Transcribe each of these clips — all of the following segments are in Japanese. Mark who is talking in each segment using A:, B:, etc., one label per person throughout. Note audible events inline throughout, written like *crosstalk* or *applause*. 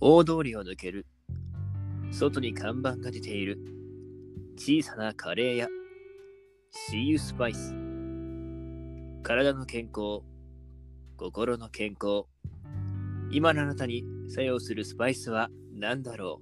A: 大通りを抜ける。外に看板が出ている。小さなカレー屋。See you spice。体の健康。心の健康。今のあなたに作用するスパイスは何だろ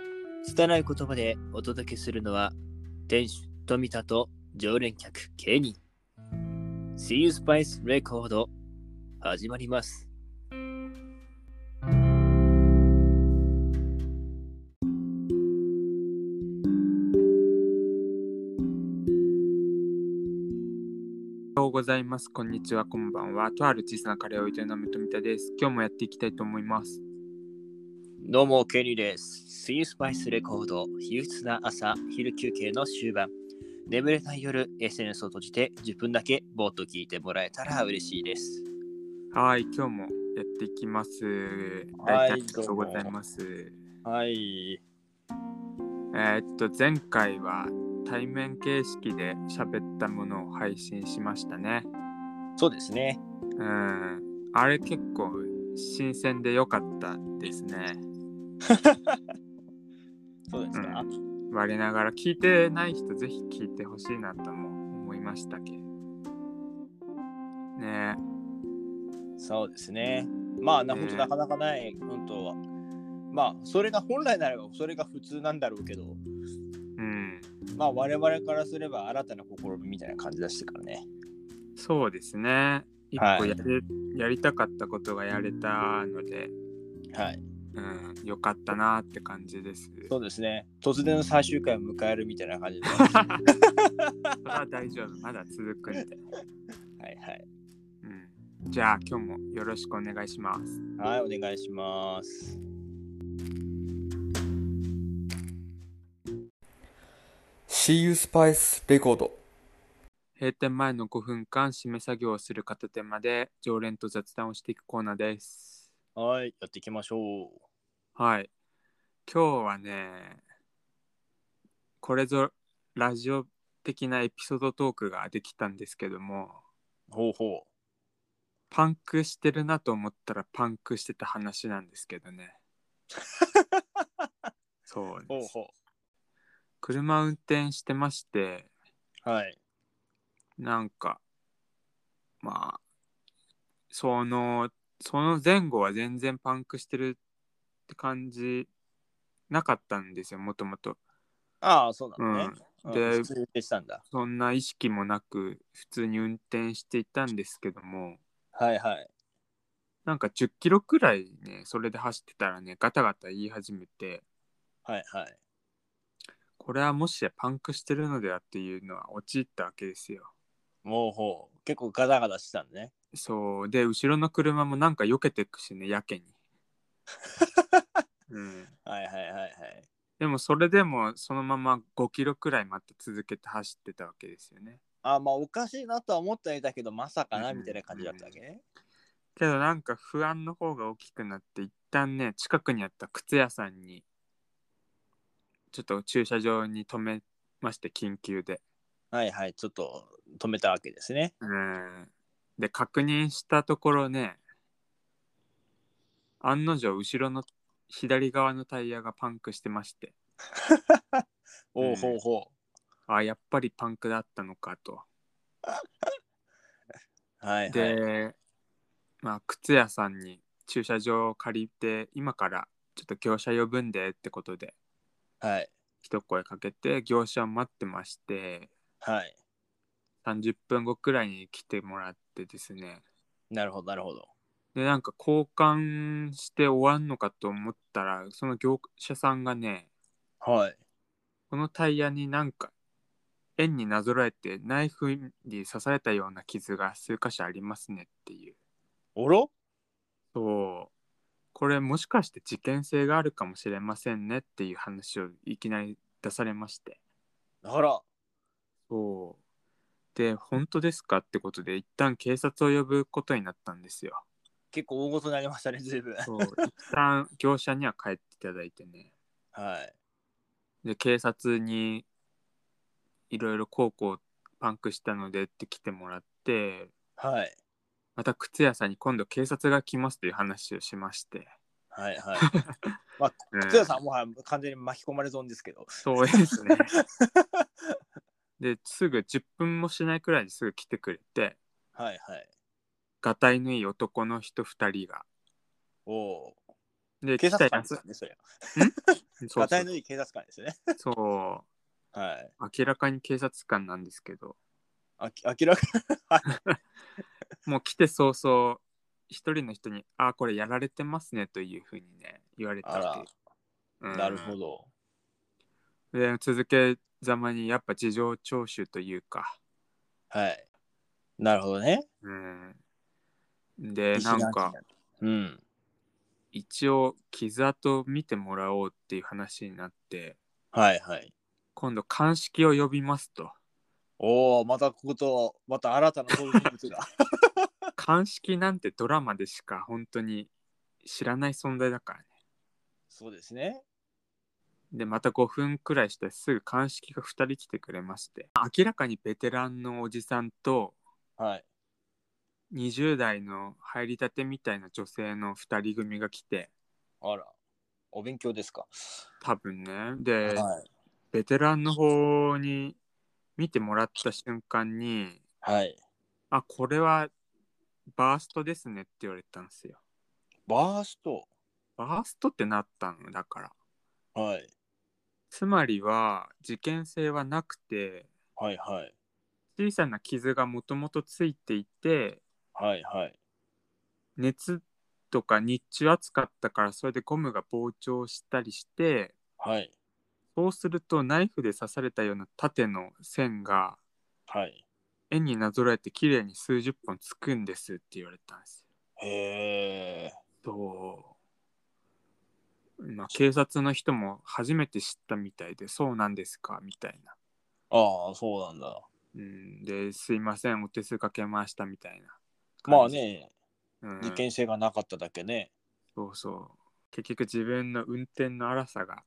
A: う拙い言葉でお届けするのは店主富田と常連客ケニー See you Spice Record 始まります
B: おはようございます。こんにちは、こんばんは。とある小さなカレーを営む富田です。今日もやっていきたいと思います。
A: どうもケニーです See you Spice Record 憂鬱な朝昼休憩の終盤眠れない夜 SNS を閉じて10分だけぼーっと聞いてもらえたら嬉しいです
B: はい、今日もやっていきます。
A: はい
B: 大体ありがとうございます。
A: はい
B: えーっと、前回は対面形式で喋ったものを配信しましたね。
A: そうですね
B: うん。あれ結構新鮮で良かったですね。
A: そうですか、
B: 我ながら聞いてない人ぜひ聞いてほしいなとも思いましたけど。ねえ。
A: そうですね。まあ、な
B: ね
A: 本当なかなかない、本当は。まあ、それが本来ならば、それが普通なんだろうけど、
B: うん。
A: まあ、我々からすれば新たな試みみたいな感じでしたからね。
B: そうですね。一
A: はい
B: 個やれ、やりたかったことがやれたので、
A: はい。
B: うん、よかったなって感じです。
A: そ
B: *laughs* そう
A: ですね。突然の最終回を迎えるみたいな *laughs* 感じで。は
B: れは大丈夫、まだ続くんで。
A: いはい。
B: うん、じゃあ、今日もよろしくお願いします。
A: はい、お願いします。
C: See You Spice レコード
B: 閉店前の5分間、締め作業をする片手間で、常連と雑談をしていくコーナーです。
A: はい、やっていきましょう。
B: はい。今日はね、これぞラジオ的なエピソードトークができたんですけども、
A: ほうほ
B: パンクしてるなと思ったらパンクしてた話なんですけ
A: *laughs*
B: どね。そう
A: う。ほ
B: で
A: う
B: す。
A: ほ
B: 車運転してまして、
A: う。はい。
B: なんか、まあ、その、その前後は全然パンクしてるって感じなかったんですよ、もともと。
A: ああ、そうな
B: う
A: のね
B: ん。。
A: うん、
B: で
A: 普通にでしたんだ。
B: そんな意識もなく、普通に運転していたんですけども、
A: はいはい。
B: なんか10キロくらいね、それで走ってたらね、ガタガタ言い始めて、
A: はいはい。
B: これはもしやパンクしてるのではっていうのは陥ったわけですよ。
A: もうほう。結構ガタガタしてたんだね。
B: そうで後ろの車もなんか避けてくしねやけに。うん、
A: はいはいはいはい。
B: でもそれでもそのまま5キロくらいまた続けて走ってたわけですよね。
A: あまあおかしいなとは思ってはいたけどまさかな
B: うん
A: みたいな感じだったわけね。
B: けどなんか不安の方が大きくなって一旦ね近くにあった靴屋さんにちょっと駐車場に止めまして緊急で。
A: はいはいちょっと止めたわけですね。
B: うんで確認したところね案の定後ろの左側のタイヤがパンクしてまして
A: おうほうほ
B: あやっぱりパンクだったのかと。
A: う。はいはい。
B: で、まあ、靴屋さんに駐車場を借りて今からちょっと業者呼ぶんでってことで
A: はい
B: 一声かけて業者を待ってまして
A: はい。
B: 30分後くらいに来てもらってですね
A: なるほどなるほど。
B: でなんか交換して終わんのかと思ったらその業者さんがね
A: はい。
B: このタイヤになんか円になぞらえてナイフに刺されたような傷が数箇所ありますねっていう
A: おろ
B: そうこれもしかして事件性があるかもしれませんねっていう話をいきなり出されまして
A: あら。
B: そうで本当ですかってことで一旦警察を呼ぶことになったんで
A: *laughs*
B: すよ
A: 結構大ごとになりましたね随分。
B: そう一旦業者には帰っていただいてね
A: *laughs* はい。
B: で警察にいろいろこうこうパンクしたのでって来てもらって
A: はい
B: また靴屋さんに今度警察が来ますという話をしまして
A: はい
B: *laughs*
A: はい。
B: うん
A: つやさんもは完全に巻き込まれ損ですけど。
B: そうで
A: *laughs*
B: すね。で、すぐ10分もしないくらいですぐ来てくれて、
A: はいはい。
B: がたいのいい男の人2人が。
A: おお
B: で、
A: ー。警察
B: 来た
A: 官
B: や
A: で
B: つ
A: すよね、それ。
B: そう
A: が
B: そ
A: た
B: う
A: いのいい警察官ですよね。
B: そう
A: はい。
B: 明らかに警察官なんですけど、
A: あき明らか
B: もう来て早々、一人の人に、あーこれやられてますねというふうにね、言われたっていうう
A: に。
B: ん
A: なるほど。
B: で、続けざまに、やっぱ事情聴取というか、
A: はい。なるほどね。
B: うん。で、なんか、。
A: うん。
B: 一応、傷跡見てもらおうっていう話になって、
A: はいはい。
B: 今度鑑識を呼びますと
A: おお、またここと、また新たな登場人物が。
B: *laughs* 鑑識なんてドラマでしか本当に知らない存在だからね
A: そうですね。
B: でまた5分くらいしてすぐ鑑識が2人来てくれまして明らかにベテランのおじさんと
A: はい。
B: 20代の入りたてみたいな女性の2人組が来て
A: あら。お勉強ですか。
B: 多分ねで、
A: はい。
B: ベテランの方に見てもらった瞬間に
A: はい。
B: あこれはバーストですねって言われたんですよ
A: バースト。
B: バーストってなったのだから
A: はい。
B: つまりは事件性はなくて
A: はいはい。
B: 小さな傷がもともとついていて
A: はいはい。
B: 熱とか日中暑かったからそれでゴムが膨張したりして
A: はい。
B: そうするとナイフで刺されたような縦の線が
A: はい。
B: 円になぞらえて綺麗に数十本つくんですって言われたんですよ。
A: へえ。
B: そうまあ、警察の人も初めて知ったみたいでそうなんですかみたいな、
A: ああ、そうなんだ。
B: うん、ですいませんお手数かけましたみたいな
A: まあ
B: 感じ
A: ね、
B: うん
A: 事件性がなかっただけね。
B: そうそう結局自分の運転の荒さが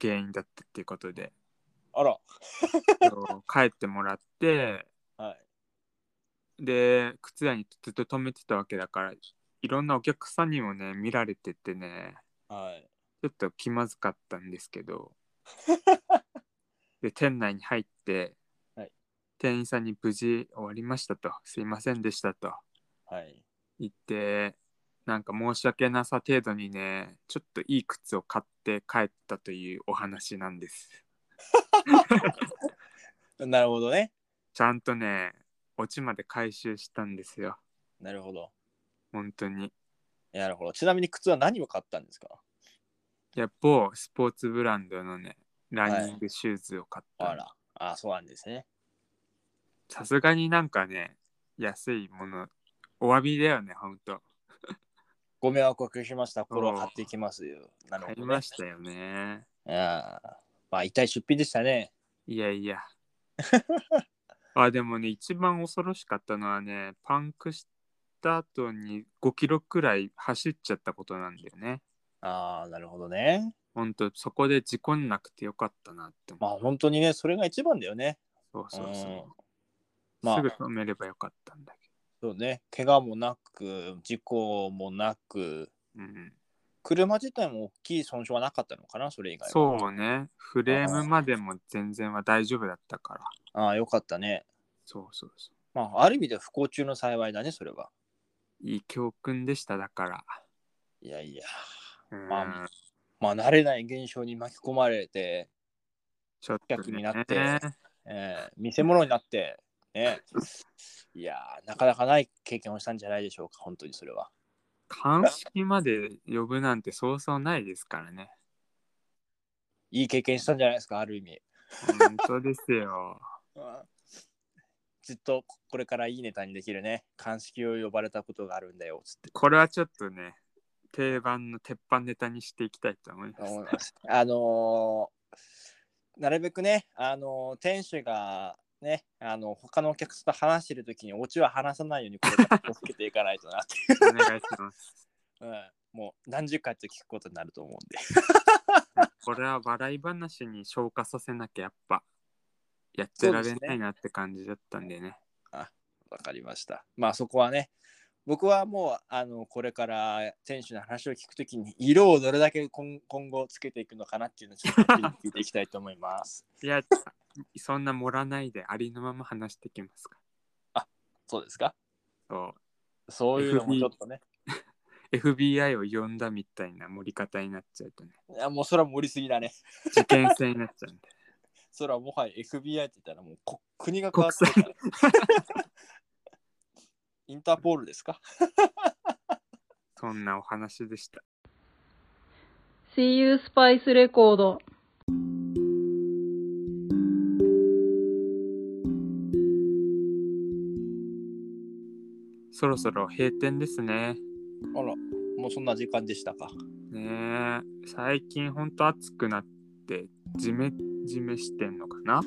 B: 原因だったっていうこ
A: *laughs*
B: とで
A: あら。
B: そう帰ってもらって
A: はい。
B: で靴屋にずっと止めてたわけだからいろんなお客さんにもね見られててね
A: はい。
B: ちょっと気まずかったんですけど
A: *laughs*
B: で店内に入って、
A: はい
B: 店員さんに無事終わりましたとすいませんでしたと
A: はい。
B: 行ってなんか申し訳なさ程度にねちょっといい靴を買って帰ったというお話なんです
A: なるほどね。
B: ちゃんとねオチまで回収したんですよ
A: なるほど。
B: 本当に
A: なるほど。ちなみに靴は何を買ったんですか
B: いや某スポーツブランドのねランニングシューズを買った
A: あ
B: の
A: ら。ああ、そうなんですね。
B: さすがになんかね安いものお詫びだよね本当
A: ご迷惑をおかけしました。これは買っていきますよ。なる
B: 買
A: ほ
B: い
A: ど、
B: ま
A: ね。
B: したよね
A: ああまあ、痛い出費でしたね。
B: いや
A: *laughs*
B: いやあでもね一番恐ろしかったのはねパンクした後に5キロくらい走っちゃったことなんだよね
A: ああ、なるほどね。
B: ほんとそこで事故んなくてよかったなって
A: まあ、
B: 思
A: 本当にね、それが一番だよね。
B: う、そうそうそう、
A: まあ
B: すぐ止めればよかったんだけ
A: そうね。怪我もなく、事故もなく、
B: ど、うん、
A: 車自体も大きい損傷はなかったのかな、それ以外は。
B: そうねフレームまでも全然は大丈夫だったから
A: ああ、よかったね。
B: そうそうそ
A: まあ、ある意味では不幸中の幸いだね、それは。
B: ういい教訓でしただから
A: いやいや。
B: うん
A: まあまあ、慣れない現象に巻き込まれて、
B: ちょっと
A: 逆に
B: ね
A: なってえー見せ物になって、ね、いやー、なかなかない経験をしたんじゃないでしょうか、本当にそれは。
B: 鑑識まで呼ぶなんてそうそうないですからね
A: いい経験したんじゃないですか、ある意味。
B: 本当ですよ。
A: ずっとこれからいいネタにできるね、鑑識を呼ばれたことがあるんだよ、つって。
B: これはちょっとね、定番の鉄板ネタにしていきたいと思います。
A: 思います。あのーなるべくね、あのー店主がね、あの他のお客さんと話してるときに、オチは話さないようにこれから気をつけていかないとなって *laughs* いう、
B: お願いします。
A: うん、もう何十回と聞くことになると思うんで。
B: これは笑い話に消化させなきゃやっぱやってられないなって感じだったんでね。
A: わかりました。まあそこはね、僕はもうあのこれから選手の話を聞くときに色をどれだけ今今後つけていくのかなっていうのをちょっと聞いていきたいと思います。
B: いや、そんな盛らないでありのまま話してきますか。
A: そうですからそういうのもちょっとね。
B: そう。FBI を呼んだみたいな盛り方になっちゃうとね、
A: いやもうそれは盛りすぎだね。
B: 事件性になっちゃうんで。
A: それはもはや FBI って言ったらもうこ国が変わってるから。 *laughs* インターポールですか
B: そんなお話でした。
D: See you Spice レコード。
B: そろそろ閉店ですね。
A: あら、もうそんな時間でしたか。
B: ねえ、最近ほんと暑くなって、ジメジメしてんのかな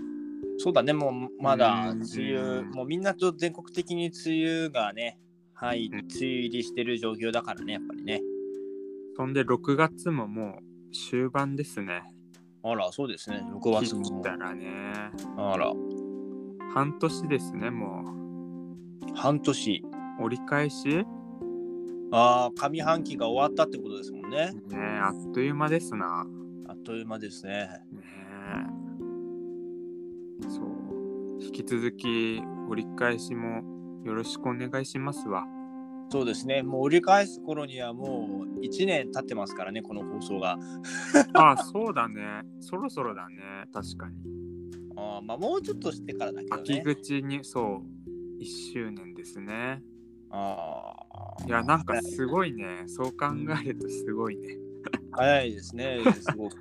A: そうだね、もうまだ
B: うん
A: 梅雨、もうみんなと全国的に梅雨がね、はい、
B: うん
A: 梅雨入りしてる状況だからね、やっぱりね。
B: そんで6月ももう終盤ですね。
A: あら、そうですね、6
B: 切
A: 月
B: っ
A: も。
B: たらね、
A: あら、
B: 半年ですね、も
A: 半年。
B: う。折り返しね
A: ああ、上半期が終わったってことですもんね。
B: えあっという間ですな。
A: あっという間ですね。
B: ねえそう。引き続き折り返しもよろしくお願いします
A: *laughs*
B: わ。
A: そうですね、もう折り返す頃にはもう1年経ってますからね、この放送が。
B: あ、そうだね。そろそろだね。確かに。
A: あーまあ、もうちょっとしてからだけど
B: 秋
A: ね。
B: 口に、そう、1周年ですね。
A: ああ。
B: いや、なんかすごいね。そう考えるとすごいね。
A: 早いですね、すごく。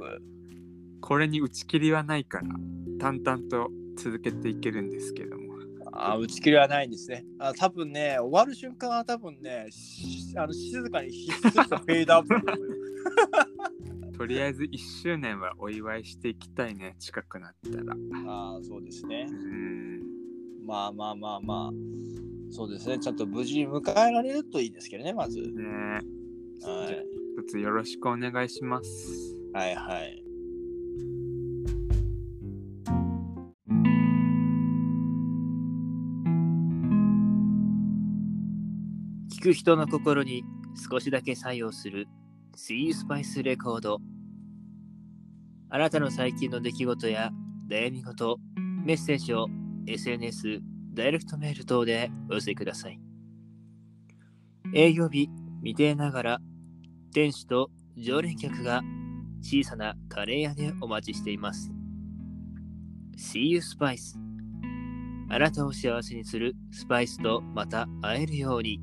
A: *laughs*
B: これに打ち切りはないから、淡々と続けていけるんですけども。
A: あー打ち切りはないんですね。あ多分ね、終わる瞬間は多分ね、しあの静かにひっそりとフェードアップすると思う *laughs* よ
B: とりあえず1周年はお祝いしていきたいね。近くなったら。
A: あーそうですね
B: う。ん。
A: まあまあまあまあ、そうですね、ちゃんと無事に迎えられるといいですけどね、まず。
B: ねえ。
A: はい
B: 一つよろしくお願いします。
A: はいはい。
E: 聞く人の心に少しだけ作用する See You Spice レコードあなたの最近の出来事や悩み事メッセージを SNS ダイレクトメール等でお寄せください営業日未定ながら店主と常連客が小さなカレー屋でお待ちしています See You Spice あなたを幸せにするスパイスとまた会えるように